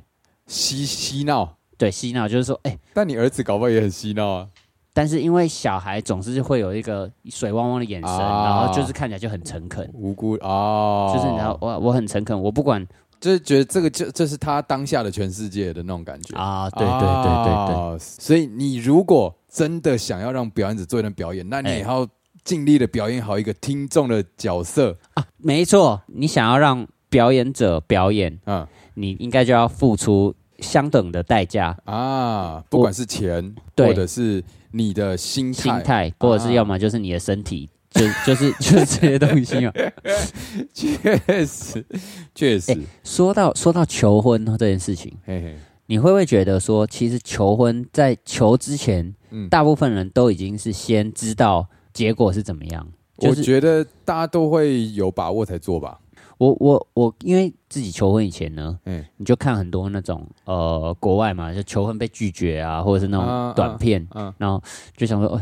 Speaker 1: 嬉嬉闹，
Speaker 2: 对嬉闹，就是说，哎、
Speaker 1: 但你儿子搞不好也很嬉闹啊，
Speaker 2: 但是因为小孩总是会有一个水汪汪的眼神，
Speaker 1: 啊
Speaker 2: 然后就是看起来就很诚恳，
Speaker 1: 无辜哦，
Speaker 2: 就是你知道，我我很诚恳，我不管
Speaker 1: 就是觉得这个就这是他当下的全世界的那种感觉
Speaker 2: 啊，对对对对对。
Speaker 1: 对。哦所以你如果真的想要让表演者做一段表演，那你
Speaker 2: 哎
Speaker 1: 也要尽力的表演好一个听众的角色。
Speaker 2: 啊没错，你想要让表演者表演，
Speaker 1: 嗯
Speaker 2: 你应该就要付出相等的代价，
Speaker 1: 啊，不管是钱，
Speaker 2: 对
Speaker 1: 或者是你的心
Speaker 2: 心
Speaker 1: 态，
Speaker 2: 态，或
Speaker 1: 啊
Speaker 2: 者是要么就是你的身体，就 [LAUGHS] 就是就是这些东西嘛。
Speaker 1: [LAUGHS] 确实，确
Speaker 2: 哎
Speaker 1: 实，
Speaker 2: 说到说到求婚这件事情，
Speaker 1: 嘿嘿，
Speaker 2: 你会不会觉得说，其实求婚在求之前，
Speaker 1: 嗯，
Speaker 2: 大部分人都已经是先知道结果是怎么样？就
Speaker 1: 我
Speaker 2: 是
Speaker 1: 觉得大家都会有把握才做
Speaker 2: [LAUGHS]
Speaker 1: 吧。
Speaker 2: 我我我，因为自己求婚以前呢，
Speaker 1: 嗯
Speaker 2: 你就看很多那种呃国外嘛，就求婚被拒绝啊，或者是那
Speaker 1: 啊
Speaker 2: 种短片，
Speaker 1: 啊
Speaker 2: 然后就想说，哦，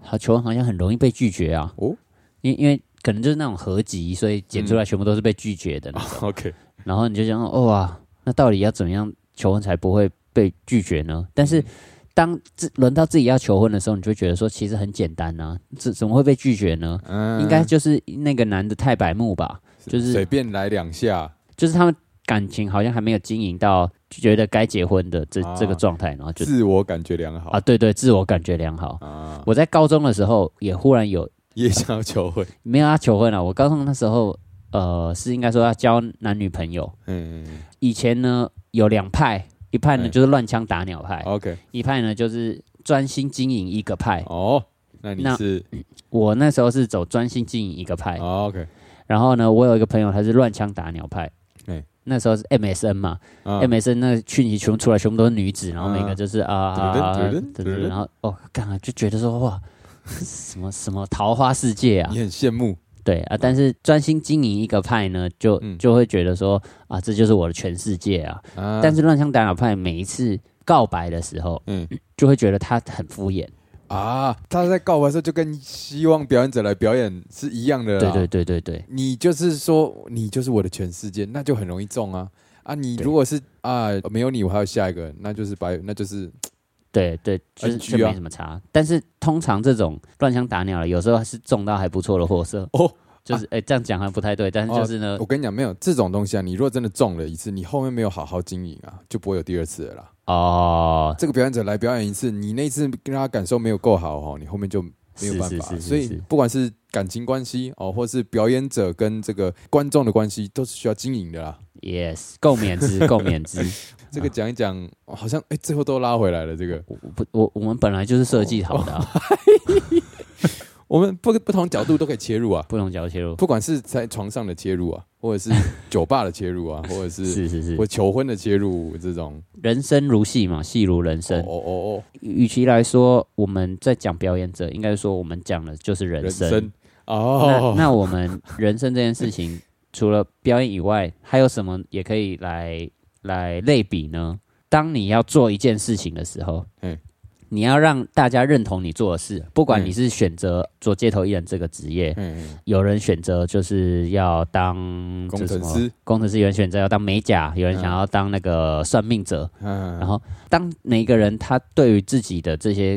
Speaker 2: 好求婚好像很容易被拒绝啊，
Speaker 1: 哦嗯
Speaker 2: 因为因为可能就是那种合集，所以剪出来全部都是被拒绝的，
Speaker 1: ，OK，
Speaker 2: 然后你就想，哦哇，那到底要怎么样求婚才不会被拒绝呢？
Speaker 1: 嗯
Speaker 2: 但是当自轮到自己要求婚的时候，你就会觉得说，其实很简单啊，这怎么会被拒绝呢？
Speaker 1: 嗯
Speaker 2: 应该就是那个男的太白目吧，就是
Speaker 1: 随便来两下，
Speaker 2: 就是他们感情好像还没有经营到觉得该结婚的这、
Speaker 1: 啊
Speaker 2: 这个状态，然后就
Speaker 1: 自我感觉良好
Speaker 2: 啊，对对，自我感觉良好。
Speaker 1: 啊，
Speaker 2: 我在高中的时候也忽然有
Speaker 1: 也想要求婚，
Speaker 2: 没有要求婚啊了，我高中那时候呃是应该说要交男女朋友，
Speaker 1: 嗯嗯
Speaker 2: 以前呢有两派，一派呢
Speaker 1: 嗯
Speaker 2: 就是乱枪打鸟派
Speaker 1: 嗯，，OK，
Speaker 2: 一派呢就是专心经营一个派。
Speaker 1: 哦，那你
Speaker 2: 那哎
Speaker 1: 是
Speaker 2: 我那时候是走专心经营一个派，
Speaker 1: 哦 OK，
Speaker 2: 然后呢，我有一个朋友他是乱枪打鸟派
Speaker 1: 哎。
Speaker 2: 那时候是 MSN 嘛
Speaker 1: 啊
Speaker 2: ，MSN 那讯息全部出来，全部都是女子，然后
Speaker 1: 啊
Speaker 2: 每个就是啊啊，
Speaker 1: 噔噔
Speaker 2: 啊
Speaker 1: 噔
Speaker 2: 对
Speaker 1: 噔
Speaker 2: 对
Speaker 1: 噔
Speaker 2: 对然后哦，干了就觉得说哇，什么什么桃花世界啊
Speaker 1: 你，很羡慕
Speaker 2: 对啊，但是专心经营一个派呢，就
Speaker 1: 嗯
Speaker 2: 就会觉得说啊，这就是我的全世界啊。
Speaker 1: 啊，
Speaker 2: 但是乱枪打鸟派每一次告白的时候，
Speaker 3: 嗯
Speaker 2: 就会觉得他很敷衍。
Speaker 1: 啊，他在告白的时候就跟希望表演者来表演是一样的啦。啊
Speaker 2: 对对对对对，
Speaker 1: 你就是说你就是我的全世界，那就很容易中啊啊！你
Speaker 2: 对
Speaker 1: 如果是啊没有你，我还有下一个，那就是白，那就是
Speaker 2: 对对，就是
Speaker 1: NG 啊
Speaker 2: 就没什么差。但是通常这种乱枪打鸟的，有时候是中到还不错的货色
Speaker 1: 哦，
Speaker 2: 就是哎、这样讲还不太对，但是就是呢
Speaker 1: 我，跟你讲，没有这种东西啊！你如果真的中了一次，你后面没有好好经营啊，就不会有第二次了啦。
Speaker 2: 哦，
Speaker 1: 这个表演者来表演一次，你那一次跟他感受没有够好哦，你后面就没有
Speaker 2: 是
Speaker 1: 办
Speaker 2: 是
Speaker 1: 法。
Speaker 2: 是
Speaker 1: 所
Speaker 2: 是
Speaker 1: 以
Speaker 2: 是，
Speaker 1: 不管是感情关系哦，或是表演者跟这个观众的关系，都是需要经营的啦。
Speaker 2: ，yes，共勉
Speaker 1: [LAUGHS]
Speaker 2: 之，共勉之。
Speaker 1: 这个
Speaker 2: 啊
Speaker 1: 讲一讲，哦好像哎，最后都拉回来了。这个
Speaker 2: 我我不我我们本来就是设计好的、
Speaker 1: 哦
Speaker 2: 啊，
Speaker 1: 我们不不同角度都可以切入啊。
Speaker 2: 不同角度切入，
Speaker 1: 不管是在床上的切入啊，或者
Speaker 2: [LAUGHS]
Speaker 1: 是酒吧的切入啊，或者是
Speaker 2: 是是是
Speaker 1: 或，求婚的切入这种，
Speaker 2: 人生如戏嘛，戏如人
Speaker 1: 哦
Speaker 2: 生。
Speaker 1: 哦哦
Speaker 2: 与其来说我们在讲表演者，应该说我们讲的就是
Speaker 1: 哦，
Speaker 2: 人
Speaker 1: 人
Speaker 2: 生。
Speaker 1: 生
Speaker 2: 那
Speaker 1: 哦，
Speaker 2: 那我们人生这件事情，除了表演以外，还有什么也可以来来类比呢？当你要做一件事情的时候，
Speaker 1: 嗯
Speaker 2: 嗯，你要让大家认同你做的事，不管
Speaker 1: 嗯
Speaker 2: 你是选择做街头艺人这个职业，
Speaker 1: 嗯，
Speaker 2: 有人选择就是要当
Speaker 1: 工
Speaker 2: 这
Speaker 1: 程
Speaker 2: 什么
Speaker 1: 师，
Speaker 2: 工程师有人选择要当美甲，有人
Speaker 1: 嗯
Speaker 2: 想要当那个算命者，
Speaker 1: 嗯，
Speaker 2: 然后，当每一个人他对于自己的这些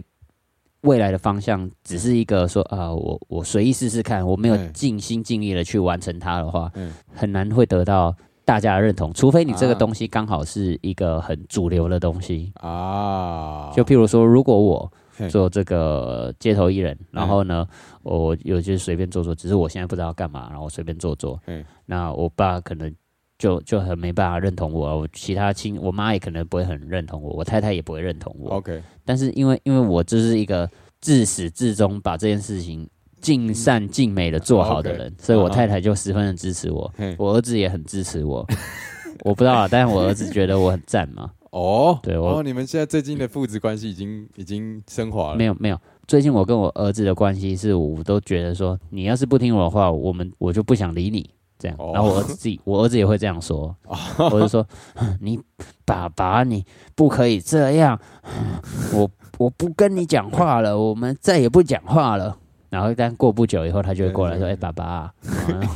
Speaker 2: 未来的方向，只是一个说啊、我我随意试试看，我没有
Speaker 1: 嗯
Speaker 2: 尽心尽力的去完成它的话，
Speaker 1: 嗯
Speaker 2: 很难会得到大家的认同，除非你这个
Speaker 1: 啊
Speaker 2: 东西刚好是一个很主流的东西。
Speaker 1: 啊，
Speaker 2: 就譬如说，如果我
Speaker 1: 嘿嗯
Speaker 2: 做这个街头艺人，然后呢，我有就是随便做做，只是我现在不知道干嘛，然后我随便做做
Speaker 1: 嗯，
Speaker 2: 那我爸可能就就很没办法认同我，我其他亲我妈也可能不会很认同我，我太太也不会认同我，
Speaker 1: OK，
Speaker 2: 但是因为因为我就是一个自始至终把这件事情尽善尽美的做好
Speaker 1: 哦
Speaker 2: 的人，所以我太太就十分的支持我
Speaker 1: 嘿，
Speaker 2: 我儿子也很支持我，我不知道啊，但是我儿子觉得我很赞嘛。
Speaker 1: 哦，
Speaker 2: 对我
Speaker 1: 哦，你们现在最近的父子关系已经已经升华
Speaker 2: 没
Speaker 1: 了，
Speaker 2: 有没有，最近我跟我儿子的关系是，我都觉得说，你要是不听我的话，我们我就不想理你这样
Speaker 1: 哦。
Speaker 2: 然后我儿子自己，我儿子也会这样说， [LAUGHS] 我就说，哼你爸爸你不可以这样，哼我我不跟你讲话了，我们再也不讲话了。然后，但过不久以后，他就会过来说：“哎、爸爸、啊。然后”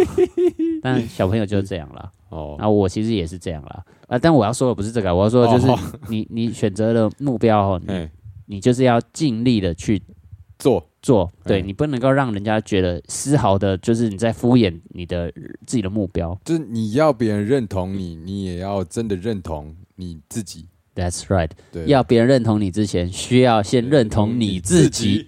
Speaker 2: [LAUGHS] 但小朋友就是这样啦。
Speaker 1: 哦，
Speaker 2: 啊，我其实也是这样啦。啊，但我要说的不是这个，我要说的就是
Speaker 1: 哦
Speaker 2: 你、你选择的目标哦，你
Speaker 1: 哎，
Speaker 2: 你就是要尽力的去
Speaker 1: 做
Speaker 2: 做，对
Speaker 1: 嗯
Speaker 2: 你不能够让人家觉得丝毫的，就是你在敷衍你的自己的目标。
Speaker 1: 就是你要别人认同你，你也要真的认同你自己，
Speaker 2: That's right，
Speaker 1: 对，
Speaker 2: 要别人认同你之前，需要先认同你自己。。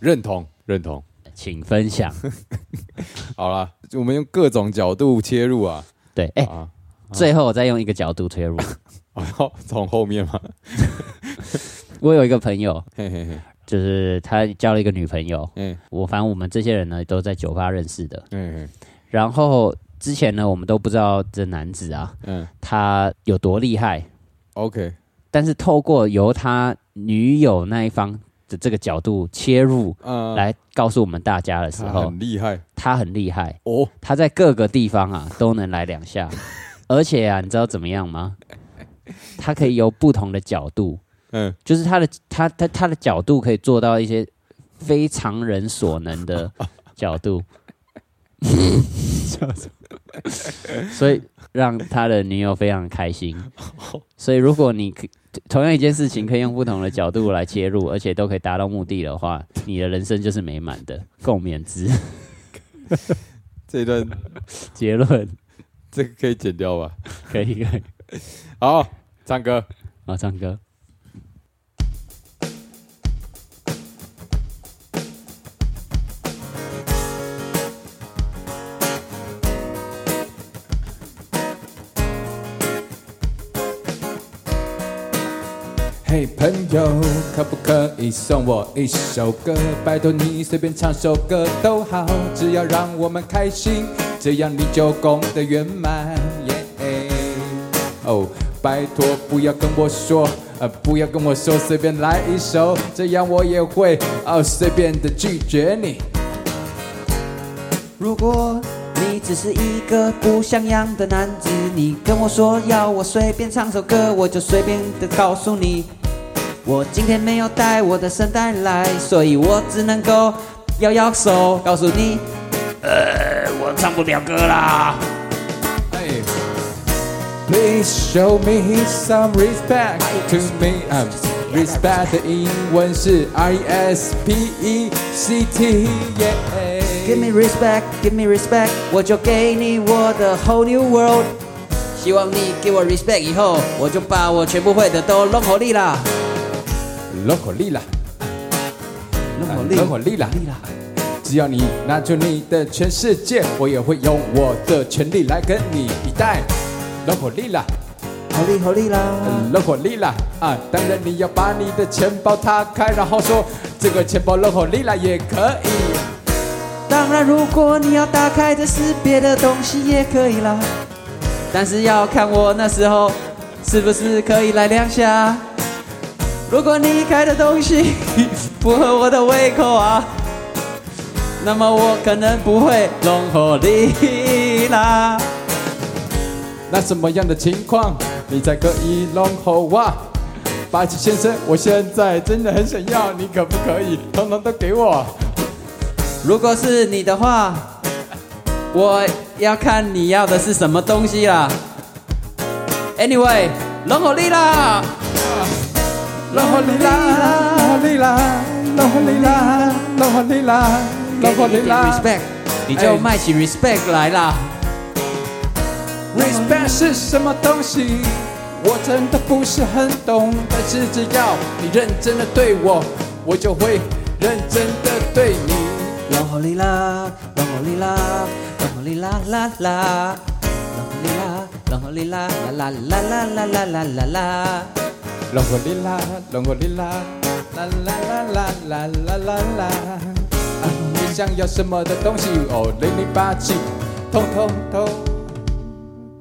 Speaker 1: 认同，认同。
Speaker 2: 请分享。
Speaker 1: 好啦，我们用各种角度切入啊。 [LAUGHS]
Speaker 2: 对，哎、
Speaker 1: 啊，
Speaker 2: 最后我再用一个角度推入，
Speaker 1: 哦，要从后面
Speaker 2: [LAUGHS]
Speaker 1: 嘛。
Speaker 2: 我有一个朋友，
Speaker 1: 嘿嘿嘿，
Speaker 2: 就是他交了一个女朋友，
Speaker 1: 嗯
Speaker 2: 我反正我们这些人呢都在酒吧认识的，
Speaker 1: 嗯
Speaker 2: 然后。之前呢，我们都不知道这男子啊，
Speaker 1: 嗯
Speaker 2: 他有多厉害，
Speaker 1: ，OK，
Speaker 2: 但是透过由他女友那一方的这个角度切入，
Speaker 1: 嗯，
Speaker 2: 来告诉我们大家的时
Speaker 1: 他
Speaker 2: 候
Speaker 1: 很，厉害
Speaker 2: 他很厉害，
Speaker 1: 哦，
Speaker 2: 他在各个地方啊都能来两下，而且啊，你知道怎么样吗？他可以由不同的角度，
Speaker 1: 嗯，
Speaker 2: 就是他的他他他的角度可以做到一些非常人所能的角度， [LAUGHS] 所以让他的女友非常开心。所以如果你可同样一件事情可以用不同的角度来切入，而且都可以达到目的的话，你的人生就是美满的。共勉之
Speaker 1: 这一
Speaker 2: [LAUGHS]
Speaker 1: 段
Speaker 2: 结论，
Speaker 1: 这个可以剪掉吧？
Speaker 2: 可以可以。
Speaker 1: 好，唱歌。
Speaker 2: 啊，唱歌。
Speaker 1: 嘿，朋友，可不可以送我一首歌？拜托你随便唱首歌都好，只要让我们开心，这样你就功德圆满。耶！哦，拜托不要跟我说，呃，不要跟我说随便来一首，这样我也会哦随便的拒绝你。如果
Speaker 2: 你只是一个不像样的男子，你跟我说要我随便唱首歌，我就随便的告诉你，我今天没有带我的圣诞来，所以我只能够摇摇手，告诉你，呃，我唱不了歌啦。
Speaker 1: Hey. Please show me some respect to me. Um, respect 的英文是 R E S P E C T.
Speaker 2: Give
Speaker 1: Yeah.
Speaker 2: me respect, give me respect，我就给你我的 whole new world。希望你给我 respect 以后，我就把我全部会的都弄好力啦，
Speaker 1: local 力啦，
Speaker 2: 嗯弄好力，
Speaker 1: local 力啦，
Speaker 2: 力啦。
Speaker 1: 只要你拿出你的全世界，我也会用我的全力来跟你比赛。local 力啦。
Speaker 2: 好力好力啦！
Speaker 1: 乐火力啦啊！当然你要把你的钱包打开，然后说这个钱包乐火力啦也可以。
Speaker 2: 当然，如果你要打开的是别的东西也可以啦，但是要看我那时候是不是可以来两下。如果你开的东西不合我的胃口啊，那么我可能不会弄好力啦。
Speaker 1: 那什么样的情况你才可以弄好哇？八七啊先生，我现在真的很想要，你可不可以通通都给我？
Speaker 2: 如果是你的话，我要看你要的是什么东西啦。Anyway，龙火力啦，
Speaker 1: 浪花里啦，浪花里啦，浪花里啦，浪花里啦，
Speaker 2: 给
Speaker 1: 浪花
Speaker 2: 你一
Speaker 1: 里
Speaker 2: 点
Speaker 1: 啦。
Speaker 2: respect，你就卖起 respect 来啦。
Speaker 1: Respect 是什么东西？我真的不是很懂，但是只要你认真的对我，我就会认真的对你。
Speaker 2: 龙火力啦，龙火力啦，龙火力啦啦啦，龙火力啦，龙火力啦啦啦啦啦啦啦啦啦。
Speaker 1: 龙火力啦，龙火力啦，啦啦啦啦啦啦啦啦。啊你想要什么的东西？哦，零零八七，通通都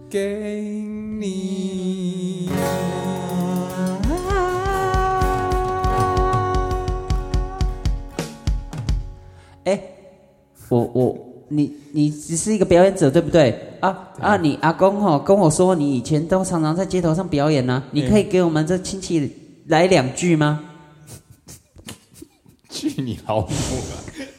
Speaker 1: 给你。
Speaker 2: Ah. 哎，我我你你只是一个表演者对不对？啊啊，你阿公哈、跟我说你以前都常常在街头上表演呢、你可以给我们这亲戚来两句吗？
Speaker 1: 去你老母啊！